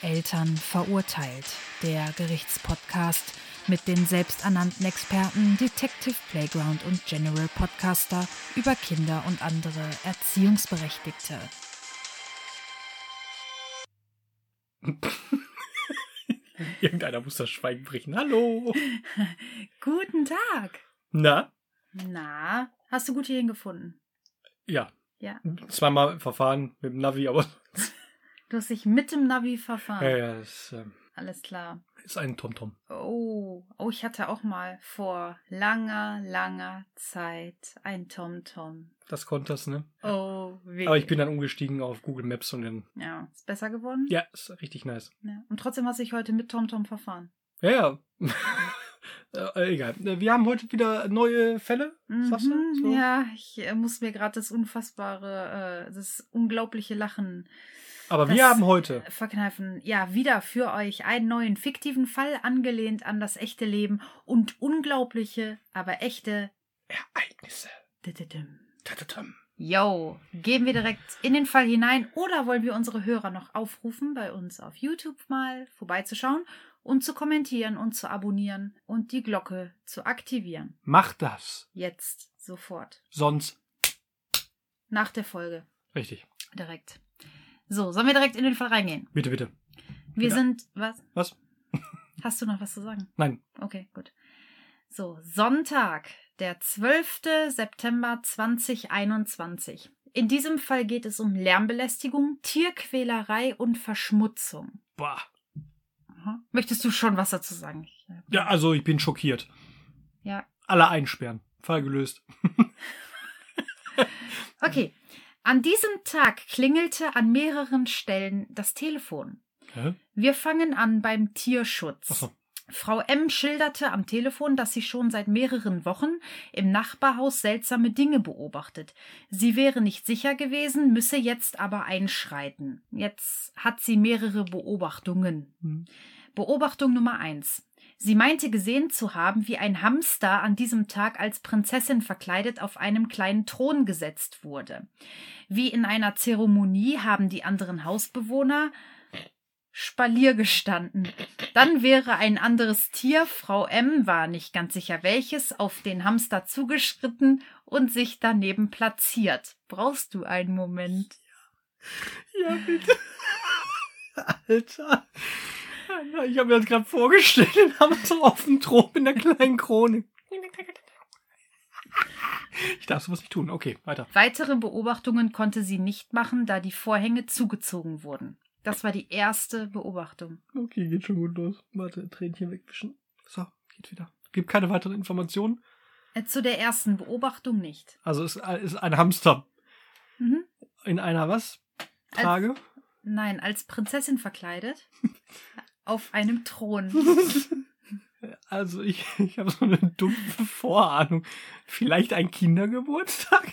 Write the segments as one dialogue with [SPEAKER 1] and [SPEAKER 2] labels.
[SPEAKER 1] Eltern verurteilt. Der Gerichtspodcast mit den selbsternannten Experten Detective Playground und General Podcaster über Kinder und andere Erziehungsberechtigte.
[SPEAKER 2] Irgendeiner muss das Schweigen brechen. Hallo!
[SPEAKER 3] Guten Tag.
[SPEAKER 2] Na?
[SPEAKER 3] Na, hast du gute hingefunden?
[SPEAKER 2] Ja.
[SPEAKER 3] Ja.
[SPEAKER 2] Zweimal verfahren mit dem Navi, aber.
[SPEAKER 3] Du hast dich mit dem Navi verfahren.
[SPEAKER 2] Ja, ja, es ähm,
[SPEAKER 3] Alles klar.
[SPEAKER 2] ist ein TomTom.
[SPEAKER 3] Oh, oh, ich hatte auch mal vor langer, langer Zeit ein TomTom.
[SPEAKER 2] Das konnte das, ne?
[SPEAKER 3] Oh, weh.
[SPEAKER 2] Aber ich bin dann umgestiegen auf Google Maps und dann.
[SPEAKER 3] Ja, ist besser geworden?
[SPEAKER 2] Ja, ist richtig nice.
[SPEAKER 3] Ja. Und trotzdem hast du dich heute mit TomTom verfahren.
[SPEAKER 2] Ja, ja. Äh, egal. Äh, Wir haben heute wieder neue Fälle. Sagst du?
[SPEAKER 3] Mhm,
[SPEAKER 2] So.
[SPEAKER 3] Ja, ich äh, muss mir gerade das unfassbare, äh, das unglaubliche Lachen
[SPEAKER 2] Aber wir
[SPEAKER 3] Das- äh,
[SPEAKER 2] haben heute.
[SPEAKER 3] verkneifen. Ja, wieder für euch einen neuen fiktiven Fall angelehnt an das echte Leben und unglaubliche, aber echte.
[SPEAKER 2] Ereignisse.
[SPEAKER 3] Dididim.
[SPEAKER 2] Tatatam.
[SPEAKER 3] Yo, gehen wir direkt in den Fall hinein oder wollen wir unsere Hörer noch aufrufen, bei uns auf YouTube mal vorbeizuschauen und zu kommentieren und zu abonnieren und die Glocke zu aktivieren.
[SPEAKER 2] Mach das.
[SPEAKER 3] Jetzt, sofort,
[SPEAKER 2] Sonst.
[SPEAKER 3] nach der Folge,
[SPEAKER 2] Richtig.
[SPEAKER 3] direkt. So, sollen wir direkt in den Fall reingehen?
[SPEAKER 2] Bitte, bitte.
[SPEAKER 3] Wir
[SPEAKER 2] Ja.
[SPEAKER 3] sind, was?
[SPEAKER 2] Was?
[SPEAKER 3] Hast du noch was zu sagen?
[SPEAKER 2] Nein.
[SPEAKER 3] Okay, gut. So, Sonntag, der 12. September 2021. In diesem Fall geht es um Lärmbelästigung, Tierquälerei und Verschmutzung.
[SPEAKER 2] Bah.
[SPEAKER 3] Aha. Möchtest du schon was dazu sagen? Ich- äh,
[SPEAKER 2] Ja, also ich bin schockiert.
[SPEAKER 3] Ja.
[SPEAKER 2] Alle einsperren. Fall gelöst.
[SPEAKER 3] Okay. An diesem Tag klingelte an mehreren Stellen das Telefon.
[SPEAKER 2] Hä?
[SPEAKER 3] Wir fangen an beim Tierschutz.
[SPEAKER 2] Ach so.
[SPEAKER 3] Frau M schilderte am Telefon, dass sie schon seit mehreren Wochen im Nachbarhaus seltsame Dinge beobachtet. Sie wäre nicht sicher gewesen, müsse jetzt aber einschreiten. Jetzt hat sie mehrere Beobachtungen.
[SPEAKER 2] Hm.
[SPEAKER 3] Beobachtung Nummer eins: Sie meinte gesehen zu haben, wie ein Hamster an diesem Tag als Prinzessin verkleidet auf einem kleinen Thron gesetzt wurde. Wie in einer Zeremonie haben die anderen Hausbewohner Spalier gestanden. Dann wäre ein anderes Tier, Frau M war nicht ganz sicher welches, auf den Hamster zugeschritten und sich daneben platziert. Brauchst du einen Moment?
[SPEAKER 2] Ja, bitte. Alter. Ich habe mir das gerade vorgestellt, den Hamster auf dem Thron mit einer kleinen Krone. Ich darf sowas nicht tun. Okay, weiter.
[SPEAKER 3] Weitere Beobachtungen konnte sie nicht machen, da die Vorhänge zugezogen wurden. Das war die erste Beobachtung.
[SPEAKER 2] Okay, geht schon gut los. Warte, Tränchen wegwischen. So, geht wieder. Gibt keine weiteren Informationen.
[SPEAKER 3] Äh, Zu der ersten Beobachtung nicht.
[SPEAKER 2] Also es ist ein Hamster
[SPEAKER 3] Mhm.
[SPEAKER 2] in einer was? Trage?
[SPEAKER 3] Nein, als Prinzessin verkleidet. auf einem Thron.
[SPEAKER 2] Also ich, ich habe so eine dumpfe Vorahnung. Vielleicht ein Kindergeburtstag?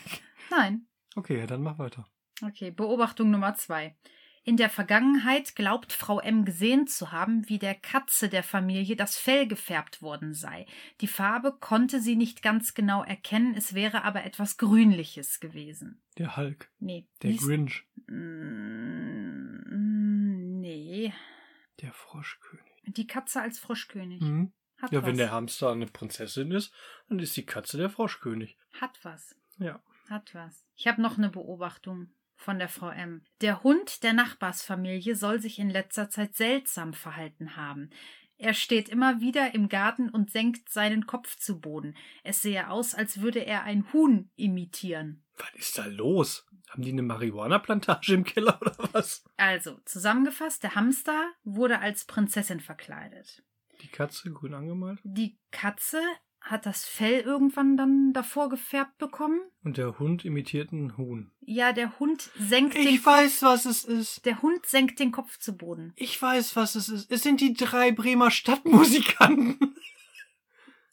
[SPEAKER 3] Nein.
[SPEAKER 2] Okay, ja, dann mach weiter.
[SPEAKER 3] Okay, Beobachtung Nummer zwei. In der Vergangenheit glaubt Frau M gesehen zu haben, wie der Katze der Familie das Fell gefärbt worden sei. Die Farbe konnte sie nicht ganz genau erkennen, es wäre aber etwas Grünliches gewesen.
[SPEAKER 2] Der Hulk.
[SPEAKER 3] Nee.
[SPEAKER 2] Der
[SPEAKER 3] dies-
[SPEAKER 2] Grinch.
[SPEAKER 3] Mm, Nee.
[SPEAKER 2] Der Froschkönig.
[SPEAKER 3] Die Katze als Froschkönig.
[SPEAKER 2] Mhm.
[SPEAKER 3] Hat
[SPEAKER 2] Ja,
[SPEAKER 3] was.
[SPEAKER 2] wenn der Hamster eine Prinzessin ist, dann ist die Katze der Froschkönig.
[SPEAKER 3] Hat was.
[SPEAKER 2] Ja.
[SPEAKER 3] Hat was. Ich habe noch eine Beobachtung von der Frau M. Der Hund der Nachbarsfamilie soll sich in letzter Zeit seltsam verhalten haben. Er steht immer wieder im Garten und senkt seinen Kopf zu Boden. Es sehe aus, als würde er ein Huhn imitieren.
[SPEAKER 2] Was ist da los? Haben die eine Marihuana-Plantage im Keller oder was?
[SPEAKER 3] Also, zusammengefasst, der Hamster wurde als Prinzessin verkleidet.
[SPEAKER 2] Die Katze grün angemalt.
[SPEAKER 3] Die Katze hat das Fell irgendwann dann davor gefärbt bekommen.
[SPEAKER 2] Und der Hund imitiert einen Huhn.
[SPEAKER 3] Ja, der Hund senkt den
[SPEAKER 2] weiß, was es ist.
[SPEAKER 3] Der Hund senkt den Kopf zu Boden.
[SPEAKER 2] Ich weiß, was es ist. Es sind die drei Bremer Stadtmusikanten.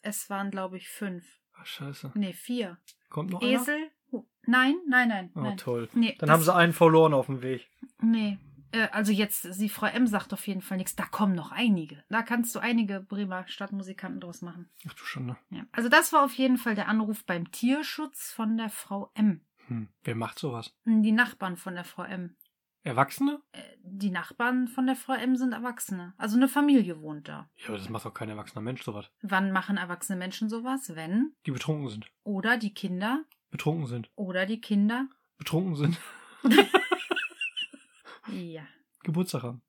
[SPEAKER 3] Es waren, glaube ich, fünf.
[SPEAKER 2] Ach, scheiße.
[SPEAKER 3] Nee, vier.
[SPEAKER 2] Kommt noch einer?
[SPEAKER 3] Esel? Hu- Nein, nein, nein.
[SPEAKER 2] Oh,
[SPEAKER 3] nein.
[SPEAKER 2] toll.
[SPEAKER 3] Nee,
[SPEAKER 2] Dann
[SPEAKER 3] das-
[SPEAKER 2] haben sie einen verloren auf dem Weg.
[SPEAKER 3] Nee. Äh, Also jetzt, die Frau M sagt auf jeden Fall nichts. Da kommen noch einige. Da kannst du einige Bremer Stadtmusikanten draus machen.
[SPEAKER 2] Ach du Schande.
[SPEAKER 3] Ja. Also das war auf jeden Fall der Anruf beim Tierschutz von der Frau M.
[SPEAKER 2] Hm. Wer macht sowas?
[SPEAKER 3] Die Nachbarn von der Frau M.
[SPEAKER 2] Erwachsene?
[SPEAKER 3] Die Nachbarn von der Frau M sind Erwachsene. Also eine Familie wohnt da.
[SPEAKER 2] Ja, aber das macht doch kein erwachsener Mensch sowas.
[SPEAKER 3] Wann machen erwachsene Menschen sowas? Wenn?
[SPEAKER 2] Die betrunken sind.
[SPEAKER 3] Oder die Kinder?
[SPEAKER 2] Betrunken sind.
[SPEAKER 3] Oder die Kinder?
[SPEAKER 2] Betrunken sind.
[SPEAKER 3] Ja.
[SPEAKER 2] Geburtstag haben.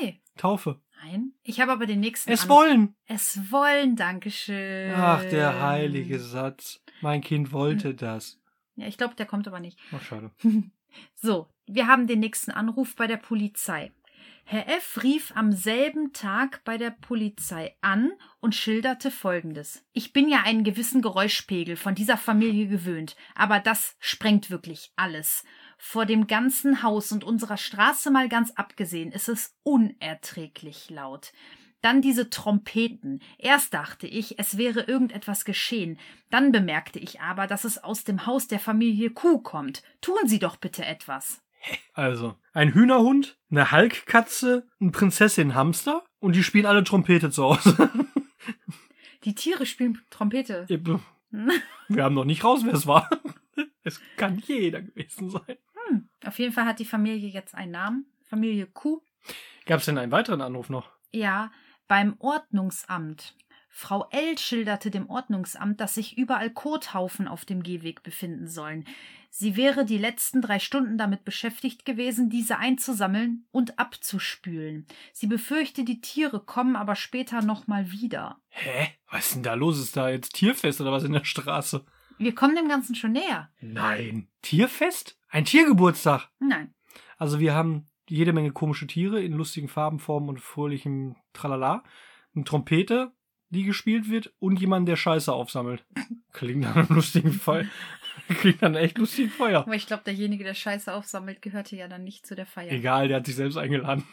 [SPEAKER 3] Nee.
[SPEAKER 2] Taufe.
[SPEAKER 3] Nein. Ich habe aber den nächsten.
[SPEAKER 2] Es
[SPEAKER 3] An-
[SPEAKER 2] wollen.
[SPEAKER 3] Es wollen, Dankeschön.
[SPEAKER 2] Ach,
[SPEAKER 3] Ähm.
[SPEAKER 2] der heilige Satz. Mein Kind wollte das.
[SPEAKER 3] Ja, ich glaube, der kommt aber nicht.
[SPEAKER 2] Ach, schade.
[SPEAKER 3] So, wir haben den nächsten Anruf bei der Polizei. Herr F. rief am selben Tag bei der Polizei an und schilderte Folgendes. Ich bin ja einen gewissen Geräuschpegel von dieser Familie gewöhnt, aber das sprengt wirklich alles. Vor dem ganzen Haus und unserer Straße mal ganz abgesehen ist es unerträglich laut. Dann diese Trompeten. Erst dachte ich, es wäre irgendetwas geschehen. Dann bemerkte ich aber, dass es aus dem Haus der Familie Kuh kommt. Tun Sie doch bitte etwas.
[SPEAKER 2] Also, ein Hühnerhund, eine Halkkatze, ein Prinzessin-Hamster und die spielen alle Trompete zu Hause.
[SPEAKER 3] Die Tiere spielen Trompete.
[SPEAKER 2] Eben. Wir haben noch nicht raus, wer es war. Es kann jeder gewesen sein.
[SPEAKER 3] Hm. Auf jeden Fall hat die Familie jetzt einen Namen. Familie Kuh.
[SPEAKER 2] Gab es denn einen weiteren Anruf noch?
[SPEAKER 3] Ja, beim Ordnungsamt. Frau L. schilderte dem Ordnungsamt, dass sich überall Kothaufen auf dem Gehweg befinden sollen. Sie wäre die letzten drei Stunden damit beschäftigt gewesen, diese einzusammeln und abzuspülen. Sie befürchte, die Tiere kommen aber später nochmal wieder.
[SPEAKER 2] Hä? Was ist denn da los? Ist da jetzt Tierfest oder was in der Straße?
[SPEAKER 3] Wir kommen dem Ganzen schon näher.
[SPEAKER 2] Nein. Tierfest? Ein Tiergeburtstag.
[SPEAKER 3] Nein.
[SPEAKER 2] Also wir haben jede Menge komische Tiere in lustigen Farben, Formen und fröhlichem Tralala. Eine Trompete, die gespielt wird und jemand, der Scheiße aufsammelt. Klingt nach einem lustigen Fall. Klingt nach einem echt lustigen Feuer.
[SPEAKER 3] Aber ich glaube, derjenige, der Scheiße aufsammelt, gehörte ja dann nicht zu der Feier.
[SPEAKER 2] Egal, der hat sich selbst eingeladen.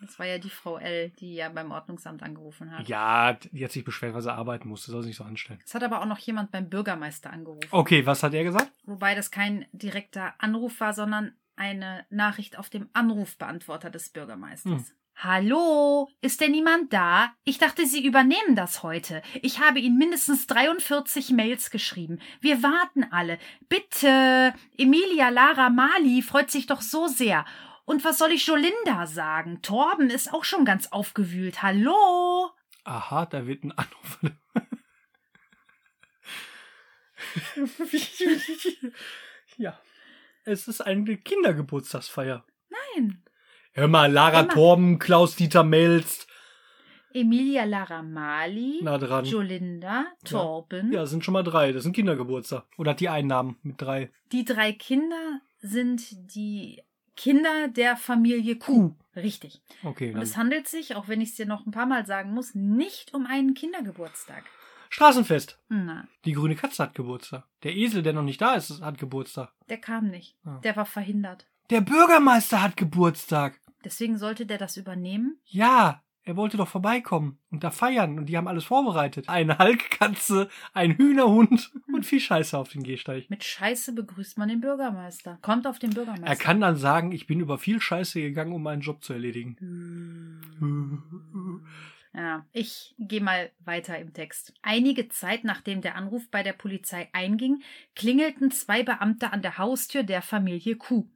[SPEAKER 3] Das war ja die Frau L., die ja beim Ordnungsamt angerufen hat.
[SPEAKER 2] Ja, die hat sich beschwert, weil sie arbeiten musste. Soll sich nicht so anstellen.
[SPEAKER 3] Es hat aber auch noch jemand beim Bürgermeister angerufen.
[SPEAKER 2] Okay, was hat er gesagt?
[SPEAKER 3] Wobei das kein direkter Anruf war, sondern eine Nachricht auf dem Anrufbeantworter des Bürgermeisters.
[SPEAKER 2] Hm.
[SPEAKER 3] Hallo, ist denn niemand da? Ich dachte, Sie übernehmen das heute. Ich habe Ihnen mindestens 43 Mails geschrieben. Wir warten alle. Bitte. Emilia Lara Mali freut sich doch so sehr. Und was soll ich Jolinda sagen? Torben ist auch schon ganz aufgewühlt. Hallo?
[SPEAKER 2] Aha, da wird ein Anruf. ja. Es ist eine Kindergeburtstagsfeier.
[SPEAKER 3] Nein.
[SPEAKER 2] Hör mal, Lara
[SPEAKER 3] Hör mal.
[SPEAKER 2] Torben, Klaus-Dieter Melz.
[SPEAKER 3] Emilia Lara Mali,
[SPEAKER 2] Na dran.
[SPEAKER 3] Jolinda, Torben.
[SPEAKER 2] Ja, das sind schon mal drei. Das sind Kindergeburtstag. Oder hat die einen Namen mit drei?
[SPEAKER 3] Die drei Kinder sind die Kinder der Familie Kuh. Richtig.
[SPEAKER 2] Okay,
[SPEAKER 3] Und
[SPEAKER 2] dann.
[SPEAKER 3] es handelt sich, auch wenn ich es dir noch ein paar Mal sagen muss, nicht um einen Kindergeburtstag.
[SPEAKER 2] Straßenfest.
[SPEAKER 3] Na,
[SPEAKER 2] Die grüne Katze hat Geburtstag. Der Esel, der noch nicht da ist, hat Geburtstag.
[SPEAKER 3] der kam nicht.
[SPEAKER 2] Ah.
[SPEAKER 3] Der war verhindert.
[SPEAKER 2] Der Bürgermeister hat Geburtstag.
[SPEAKER 3] Deswegen sollte der das übernehmen.
[SPEAKER 2] Ja, er wollte doch vorbeikommen und da feiern und die haben alles vorbereitet. Eine Halkkatze, ein Hühnerhund und viel Scheiße auf den Gehsteig.
[SPEAKER 3] Mit Scheiße begrüßt man den Bürgermeister. Kommt auf den
[SPEAKER 2] Er
[SPEAKER 3] Bürgermeister.
[SPEAKER 2] kann dann sagen, ich bin über viel Scheiße gegangen, um meinen Job zu erledigen.
[SPEAKER 3] Hm. Ja, ich gehe mal weiter im Text. Einige Zeit nachdem der Anruf bei der Polizei einging, klingelten zwei Beamte an der Haustür der Familie Kuh.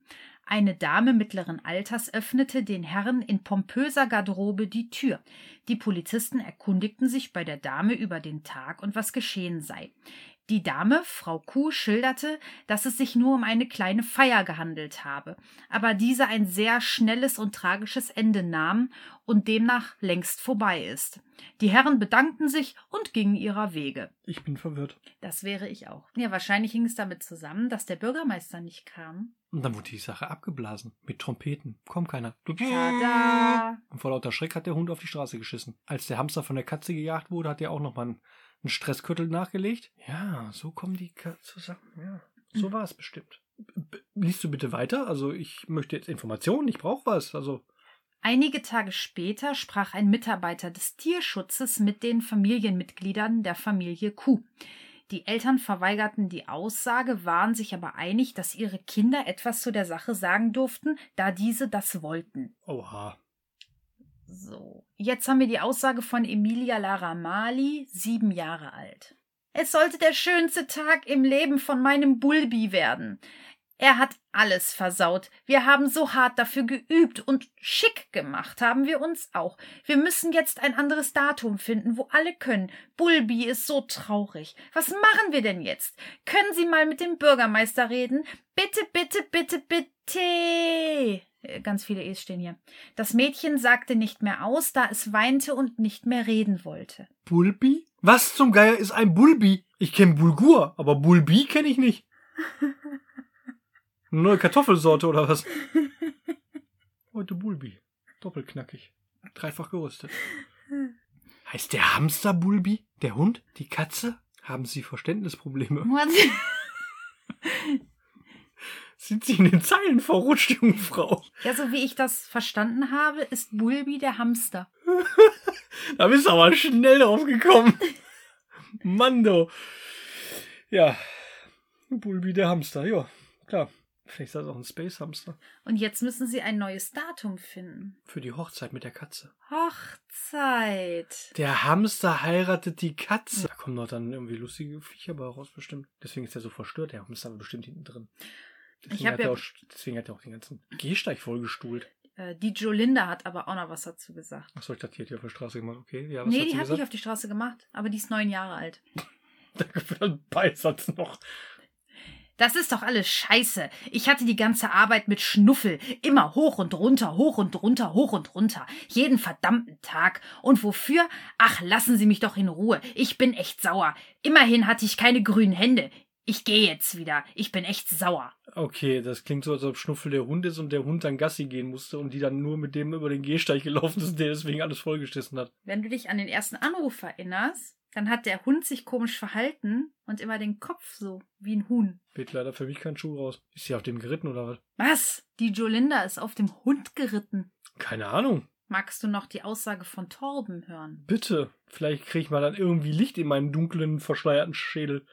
[SPEAKER 3] Eine Dame mittleren Alters öffnete den Herren in pompöser Garderobe die Tür. Die Polizisten erkundigten sich bei der Dame über den Tag und was geschehen sei. Die Dame, Frau Kuh, schilderte, dass es sich nur um eine kleine Feier gehandelt habe, aber diese ein sehr schnelles und tragisches Ende nahm und demnach längst vorbei ist. Die Herren bedankten sich und gingen ihrer Wege.
[SPEAKER 2] Ich bin verwirrt.
[SPEAKER 3] Das wäre ich auch. Ja, wahrscheinlich hing es damit zusammen, dass der Bürgermeister nicht kam.
[SPEAKER 2] Und dann wurde die Sache abgeblasen. Mit Trompeten. Kommt keiner.
[SPEAKER 3] Tada!
[SPEAKER 2] Und vor lauter Schreck hat der Hund auf die Straße geschissen. Als der Hamster von der Katze gejagt wurde, hat er auch nochmal einen, einen Stressküttel nachgelegt. Hm. Ja, so kommen die Katzen zusammen. Ja, so war es bestimmt. B liest du bitte weiter? Also ich möchte jetzt Informationen, ich brauche was. Also
[SPEAKER 3] Einige Tage später sprach ein Mitarbeiter des Tierschutzes mit den Familienmitgliedern der Familie Kuh. Die Eltern verweigerten die Aussage, waren sich aber einig, dass ihre Kinder etwas zu der Sache sagen durften, da diese das wollten.
[SPEAKER 2] oha.
[SPEAKER 3] So, jetzt haben wir die Aussage von Emilia Lara Mali, sieben Jahre alt. Es sollte der schönste Tag im Leben von meinem Bulbi werden. Er hat alles versaut. Wir haben so hart dafür geübt und schick gemacht haben wir uns auch. Wir müssen jetzt ein anderes Datum finden, wo alle können. Bulbi ist so traurig. Was machen wir denn jetzt? Können Sie mal mit dem Bürgermeister reden? Bitte, bitte, bitte, bitte. Äh, Ganz viele E's stehen hier. Das Mädchen sagte nicht mehr aus, da es weinte und nicht mehr reden wollte.
[SPEAKER 2] Bulbi? Was zum Geier ist ein Bulbi? Ich kenne Bulgur, aber Bulbi kenne ich nicht. Eine neue Kartoffelsorte oder was? Heute Bulbi. Doppelknackig. Dreifach gerüstet. Heißt der Hamster Bulbi? Der Hund? Die Katze? Haben Sie Verständnisprobleme? Sind Sie in den Zeilen verrutscht, junge Frau?
[SPEAKER 3] Ja, so wie ich das verstanden habe, ist Bulbi der Hamster.
[SPEAKER 2] Da bist du aber schnell drauf gekommen. Mando. Ja. Bulbi der Hamster, ja. Klar. Vielleicht ist das auch ein Space Hamster.
[SPEAKER 3] Und jetzt müssen sie ein neues Datum finden.
[SPEAKER 2] Für die Hochzeit mit der Katze.
[SPEAKER 3] Hochzeit.
[SPEAKER 2] Der Hamster heiratet die Katze. Da kommen doch dann irgendwie lustige Viecher bei raus, bestimmt. Deswegen ist er so verstört. Der Hamster war bestimmt hinten drin. Deswegen,
[SPEAKER 3] hab
[SPEAKER 2] hat er
[SPEAKER 3] ja-
[SPEAKER 2] auch, deswegen hat er auch den ganzen Gehsteig vollgestuhlt.
[SPEAKER 3] Äh, die Jolinda hat aber auch noch was dazu gesagt.
[SPEAKER 2] Achso, ich dachte, die hat die auf der Straße gemacht. Okay, ja, was
[SPEAKER 3] nee,
[SPEAKER 2] hat
[SPEAKER 3] die
[SPEAKER 2] sie
[SPEAKER 3] hat nicht
[SPEAKER 2] gesagt?
[SPEAKER 3] auf die Straße gemacht, aber die ist neun Jahre alt.
[SPEAKER 2] Danke für den Beisatz noch.
[SPEAKER 3] Das ist doch alles scheiße. Ich hatte die ganze Arbeit mit Schnuffel. Immer hoch und runter, hoch und runter, hoch und runter. Jeden verdammten Tag. Und wofür? Ach, lassen Sie mich doch in Ruhe. Ich bin echt sauer. Immerhin hatte ich keine grünen Hände. Ich gehe jetzt wieder. Ich bin echt sauer.
[SPEAKER 2] Okay, das klingt so, als ob Schnuffel der Hund ist und der Hund dann Gassi gehen musste und die dann nur mit dem über den Gehsteig gelaufen ist und der deswegen alles vollgeschissen hat.
[SPEAKER 3] Wenn du dich an den ersten Anruf erinnerst, dann hat der Hund sich komisch verhalten und immer den Kopf so wie ein Huhn.
[SPEAKER 2] Wird leider für mich kein Schuh raus. Ist sie auf dem geritten oder was?
[SPEAKER 3] Was? Die Jolinda ist auf dem Hund geritten.
[SPEAKER 2] Keine Ahnung.
[SPEAKER 3] Magst du noch die Aussage von Torben hören?
[SPEAKER 2] Bitte. Vielleicht kriege ich mal dann irgendwie Licht in meinen dunklen, verschleierten Schädel.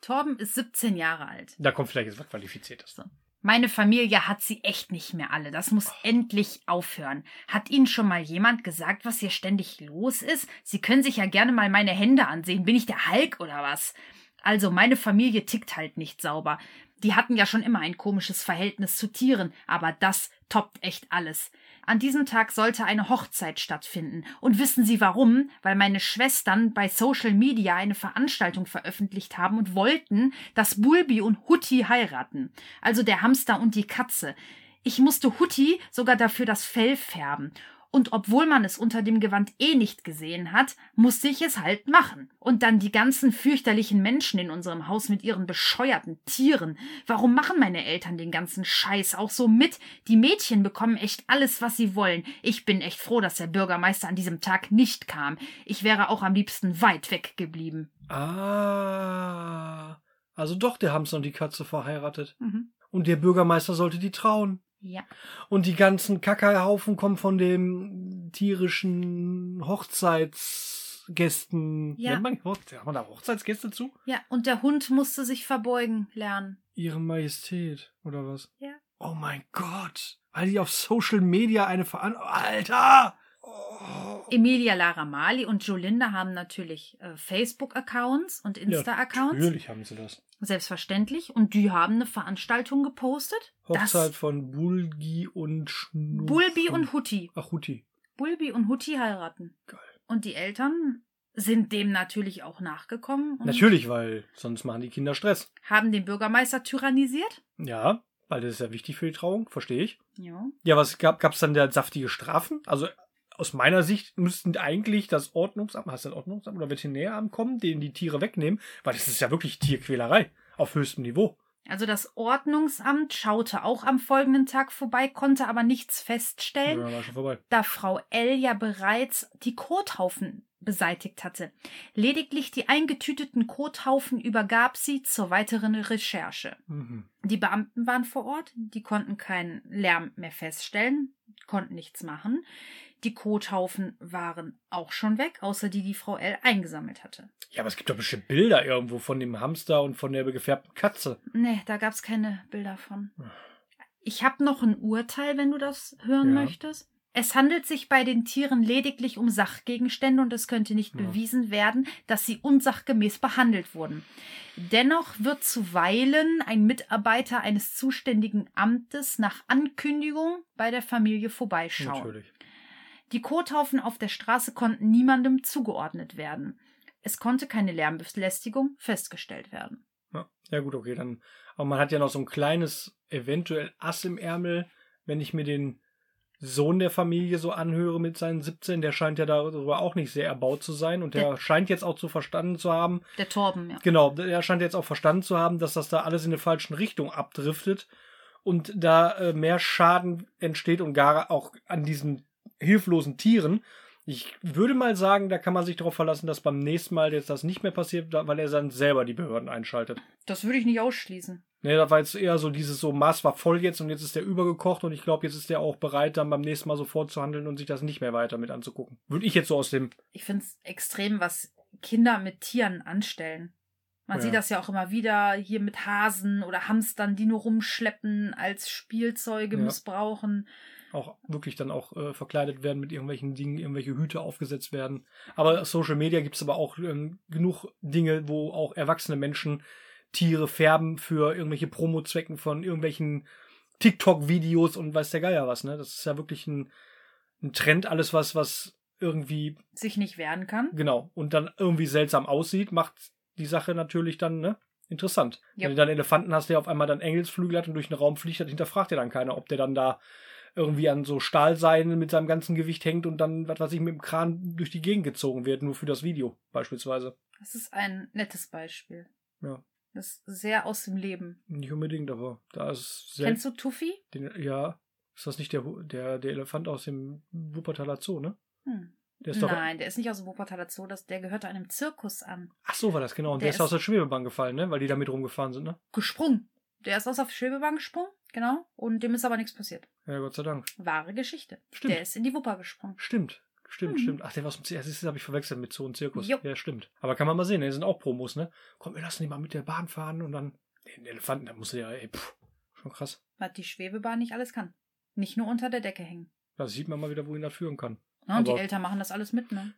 [SPEAKER 3] Torben ist 17 Jahre alt.
[SPEAKER 2] Da kommt vielleicht jetzt was Qualifiziertes.
[SPEAKER 3] Meine Familie hat sie echt nicht mehr alle. Das muss endlich aufhören. Hat Ihnen schon mal jemand gesagt, was hier ständig los ist? Sie können sich ja gerne mal meine Hände ansehen. Bin ich der Hulk oder was? Also, meine Familie tickt halt nicht sauber. Die hatten ja schon immer ein komisches Verhältnis zu Tieren, aber das toppt echt alles. An diesem Tag sollte eine Hochzeit stattfinden. Und wissen Sie warum? Weil meine Schwestern bei Social Media eine Veranstaltung veröffentlicht haben und wollten, dass Bulbi und Hutti heiraten. Also der Hamster und die Katze. Ich musste Hutti sogar dafür das Fell färben. Und obwohl man es unter dem Gewand eh nicht gesehen hat, musste ich es halt machen. Und dann die ganzen fürchterlichen Menschen in unserem Haus mit ihren bescheuerten Tieren. Warum machen meine Eltern den ganzen Scheiß auch so mit? Die Mädchen bekommen echt alles, was sie wollen. Ich bin echt froh, dass der Bürgermeister an diesem Tag nicht kam. Ich wäre auch am liebsten weit weg geblieben.
[SPEAKER 2] Ah. Also doch der Hamster und die Katze verheiratet. Und der Bürgermeister sollte die trauen.
[SPEAKER 3] Ja.
[SPEAKER 2] Und die ganzen Kackerhaufen kommen von dem tierischen Hochzeitsgästen.
[SPEAKER 3] Ja.
[SPEAKER 2] Nennt man, Hochze- hat man da Hochzeitsgäste zu?
[SPEAKER 3] Ja, und der Hund musste sich verbeugen lernen.
[SPEAKER 2] Ihre Majestät, oder was?
[SPEAKER 3] Ja.
[SPEAKER 2] Oh mein Gott. Weil die auf Social Media eine Veranstaltung. Alter! Oh.
[SPEAKER 3] Emilia Lara Mali und Jolinda haben natürlich äh, Facebook-Accounts und Insta-Accounts.
[SPEAKER 2] Natürlich haben sie das.
[SPEAKER 3] selbstverständlich. Und die haben eine Veranstaltung gepostet.
[SPEAKER 2] Hochzeit von Bulgi und
[SPEAKER 3] das
[SPEAKER 2] Schnur.
[SPEAKER 3] Bulbi und Hutti.
[SPEAKER 2] Ach, Hutti.
[SPEAKER 3] Bulbi und Hutti heiraten.
[SPEAKER 2] Geil.
[SPEAKER 3] Und die Eltern sind dem natürlich auch nachgekommen und
[SPEAKER 2] Natürlich, weil sonst machen die Kinder Stress.
[SPEAKER 3] haben den Bürgermeister tyrannisiert.
[SPEAKER 2] Ja, weil das ist ja wichtig für die Trauung, verstehe ich.
[SPEAKER 3] Ja.
[SPEAKER 2] Ja, was gab gab's dann da saftige Strafen? Also aus meiner Sicht müssten eigentlich das Ordnungsamt, heißt das Ordnungsamt oder Veterinäramt kommen, denen die Tiere wegnehmen, weil das ist ja wirklich Tierquälerei auf höchstem Niveau.
[SPEAKER 3] Also das Ordnungsamt schaute auch am folgenden Tag vorbei, konnte aber nichts feststellen.
[SPEAKER 2] Ja, war schon vorbei.
[SPEAKER 3] da Frau L ja bereits die Kothaufen beseitigt hatte. Lediglich die eingetüteten Kothaufen übergab sie zur weiteren Recherche.
[SPEAKER 2] Mhm.
[SPEAKER 3] Die Beamten waren vor Ort, die konnten keinen Lärm mehr feststellen, konnten nichts machen. Die Kothaufen waren auch schon weg, außer die, die Frau L eingesammelt hatte.
[SPEAKER 2] Ja, aber es gibt doch bestimmt Bilder irgendwo von dem Hamster und von der gefärbten Katze.
[SPEAKER 3] Nee, da gab's keine Bilder von. Ich habe noch ein Urteil, wenn du das hören
[SPEAKER 2] Ja.
[SPEAKER 3] möchtest. Es handelt sich bei den Tieren lediglich um Sachgegenstände und es könnte nicht
[SPEAKER 2] Ja.
[SPEAKER 3] bewiesen werden, dass sie unsachgemäß behandelt wurden. Dennoch wird zuweilen ein Mitarbeiter eines zuständigen Amtes nach Ankündigung bei der Familie vorbeischauen.
[SPEAKER 2] Natürlich.
[SPEAKER 3] Die Kothaufen auf der Straße konnten niemandem zugeordnet werden. Es konnte keine Lärmbelästigung festgestellt werden.
[SPEAKER 2] Ja. ja, gut, okay, dann. Aber man hat ja noch so ein kleines, eventuell Ass im Ärmel, wenn ich mir den Sohn der Familie so anhöre mit seinen 17, der scheint ja darüber auch nicht sehr erbaut zu sein und der scheint jetzt auch zu verstanden zu haben,
[SPEAKER 3] Der Torben, ja.
[SPEAKER 2] Genau, er scheint jetzt auch verstanden zu haben, dass das da alles in eine falschen Richtung abdriftet und da äh, mehr Schaden entsteht und gar auch an diesen hilflosen Tieren. Ich würde mal sagen, da kann man sich darauf verlassen, dass beim nächsten Mal jetzt das nicht mehr passiert, da- weil er dann selber die Behörden einschaltet.
[SPEAKER 3] Das würde ich nicht ausschließen.
[SPEAKER 2] Ne, da war jetzt eher so dieses so Maß war voll jetzt und jetzt ist der übergekocht und ich glaube, jetzt ist der auch bereit, dann beim nächsten Mal sofort zu handeln und sich das nicht mehr weiter mit anzugucken. Würde ich jetzt so aus dem
[SPEAKER 3] Ich finde es extrem, was Kinder mit Tieren anstellen. Man
[SPEAKER 2] Ja.
[SPEAKER 3] sieht das ja auch immer wieder hier mit Hasen oder Hamstern, die nur rumschleppen, als Spielzeuge
[SPEAKER 2] Ja.
[SPEAKER 3] missbrauchen.
[SPEAKER 2] auch wirklich dann auch äh, verkleidet werden mit irgendwelchen Dingen, irgendwelche Hüte aufgesetzt werden. Aber Social Media gibt es aber auch ähm, genug Dinge, wo auch erwachsene Menschen Tiere färben für irgendwelche Promo-Zwecken von irgendwelchen TikTok-Videos und weiß der Geier was, ne? Das ist ja wirklich ein, ein Trend, alles was, was irgendwie,
[SPEAKER 3] Sich nicht wehren kann.
[SPEAKER 2] genau, und dann irgendwie seltsam aussieht, macht die Sache natürlich dann, ne? Interessant.
[SPEAKER 3] Ja.
[SPEAKER 2] Wenn du dann Elefanten hast, der auf einmal dann Engelsflügel hat und durch den Raum fliegt, dann hinterfragt ja dann keiner, ob der dann da irgendwie an so Stahlseilen mit seinem ganzen Gewicht hängt und dann, was weiß ich, mit dem Kran durch die Gegend gezogen wird, nur für das Video beispielsweise.
[SPEAKER 3] Das ist ein nettes Beispiel.
[SPEAKER 2] Ja.
[SPEAKER 3] Das ist sehr aus dem Leben.
[SPEAKER 2] Nicht unbedingt, aber da ist
[SPEAKER 3] Kennst
[SPEAKER 2] selbst
[SPEAKER 3] du Tuffy?
[SPEAKER 2] den, ja, ist das nicht der, Hu- der, der Elefant aus dem Wuppertaler Zoo, ne?
[SPEAKER 3] Hm.
[SPEAKER 2] Der ist doch,
[SPEAKER 3] Nein, der ist nicht aus dem Wuppertaler Zoo, das, der gehörte einem Zirkus an.
[SPEAKER 2] ach so war das, genau, und
[SPEAKER 3] Der
[SPEAKER 2] der, ist
[SPEAKER 3] ist-
[SPEAKER 2] aus der Schwebebahn gefallen, ne? Weil die da mit rumgefahren sind, ne?
[SPEAKER 3] gesprungen. Der ist aus der Schwebebahn gesprungen, genau. Und dem ist aber nichts passiert.
[SPEAKER 2] Ja, Gott sei Dank.
[SPEAKER 3] Wahre Geschichte.
[SPEAKER 2] Stimmt.
[SPEAKER 3] Der ist in die Wupper gesprungen.
[SPEAKER 2] Stimmt, stimmt,
[SPEAKER 3] Mhm.
[SPEAKER 2] stimmt. Ach, der war aus dem Zirkus. Das habe ich verwechselt mit Zoo und Zirkus.
[SPEAKER 3] Jo.
[SPEAKER 2] Ja, stimmt. Aber kann man mal sehen, ne? sind auch Promos, ne? Komm, wir lassen die mal mit der Bahn fahren und dann den Elefanten, da muss der, ey, pff, schon krass.
[SPEAKER 3] Was die Schwebebahn nicht alles kann. Nicht nur unter der Decke hängen.
[SPEAKER 2] Da sieht man mal wieder, wohin das führen kann.
[SPEAKER 3] Na, und die
[SPEAKER 2] Aber-
[SPEAKER 3] Eltern machen das alles mit, ne?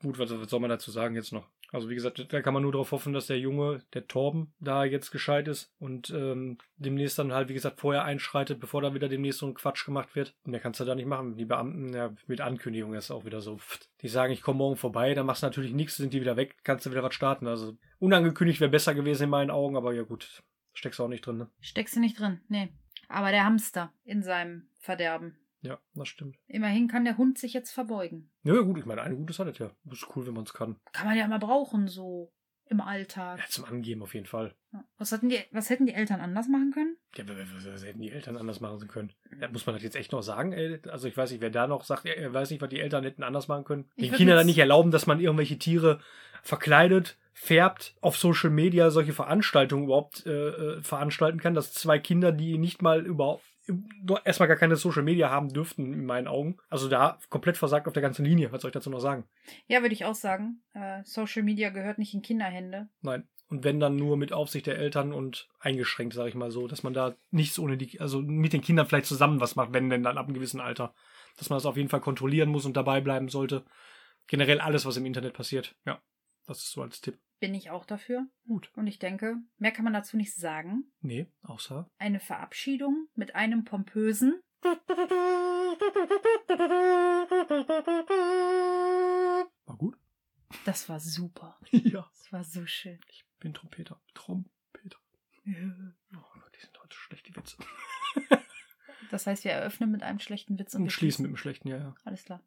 [SPEAKER 2] Gut, was, was soll man dazu sagen jetzt noch? Also wie gesagt, da kann man nur darauf hoffen, dass der Junge, der Torben, da jetzt gescheit ist und ähm, demnächst dann halt, wie gesagt, vorher einschreitet, bevor da wieder demnächst so ein Quatsch gemacht wird. Mehr kannst du da nicht machen. Die Beamten, ja, mit Ankündigung ist auch wieder so. pft. Die sagen, ich komme morgen vorbei, dann machst du natürlich nichts, sind die wieder weg, kannst du wieder was starten. Also unangekündigt wäre besser gewesen in meinen Augen, aber ja gut, steckst du auch nicht drin, ne?
[SPEAKER 3] Steckst du nicht drin, nee. Aber der Hamster in seinem Verderben.
[SPEAKER 2] Ja, das stimmt.
[SPEAKER 3] Immerhin kann der Hund sich jetzt verbeugen.
[SPEAKER 2] Ja gut, ich meine, ein gutes hat es ja. Ist cool, wenn man es kann.
[SPEAKER 3] Kann man ja immer brauchen, so im
[SPEAKER 2] Ja,
[SPEAKER 3] Alltag.
[SPEAKER 2] zum Angeben auf jeden Fall.
[SPEAKER 3] Was, hatten die, was hätten die Eltern anders machen können?
[SPEAKER 2] Ja, w- w- w- was hätten die Eltern anders machen können? Ja, muss man das jetzt echt noch sagen? ey? Also ich weiß nicht, wer da noch sagt, er er weiß nicht, was die Eltern hätten anders machen können.
[SPEAKER 3] Ich
[SPEAKER 2] Den
[SPEAKER 3] würd
[SPEAKER 2] Kindern
[SPEAKER 3] jetzt-
[SPEAKER 2] dann nicht erlauben, dass man irgendwelche Tiere verkleidet, färbt, auf Social Media solche Veranstaltungen überhaupt äh, äh, veranstalten kann, dass zwei Kinder, die nicht mal überhaupt nur erstmal gar keine Social Media haben dürften, in meinen Augen. Also da komplett versagt auf der ganzen Linie. Was soll ich dazu noch sagen?
[SPEAKER 3] Ja, würde ich auch sagen. Äh, Social Media gehört nicht in Kinderhände.
[SPEAKER 2] Nein. Und wenn dann nur mit Aufsicht der Eltern und eingeschränkt, sage ich mal so, dass man da nichts ohne die, also mit den Kindern vielleicht zusammen was macht, wenn denn dann ab einem gewissen Alter. Dass man das auf jeden Fall kontrollieren muss und dabei bleiben sollte. Generell alles, was im Internet passiert. Ja, das ist so als Tipp.
[SPEAKER 3] Bin ich auch dafür.
[SPEAKER 2] Gut.
[SPEAKER 3] Und ich denke, mehr kann man dazu nicht sagen.
[SPEAKER 2] Nee, außer.
[SPEAKER 3] eine Verabschiedung mit einem pompösen
[SPEAKER 2] War gut.
[SPEAKER 3] Das war super.
[SPEAKER 2] ja,
[SPEAKER 3] Das war so schön.
[SPEAKER 2] ich bin Trompeter. Trompeter. Oh Gott, die sind heute so schlecht, die Witze.
[SPEAKER 3] Das heißt, wir eröffnen mit einem schlechten Witz und,
[SPEAKER 2] Und
[SPEAKER 3] wir
[SPEAKER 2] schließen mit dem Schlechten, ja, ja.
[SPEAKER 3] Alles klar.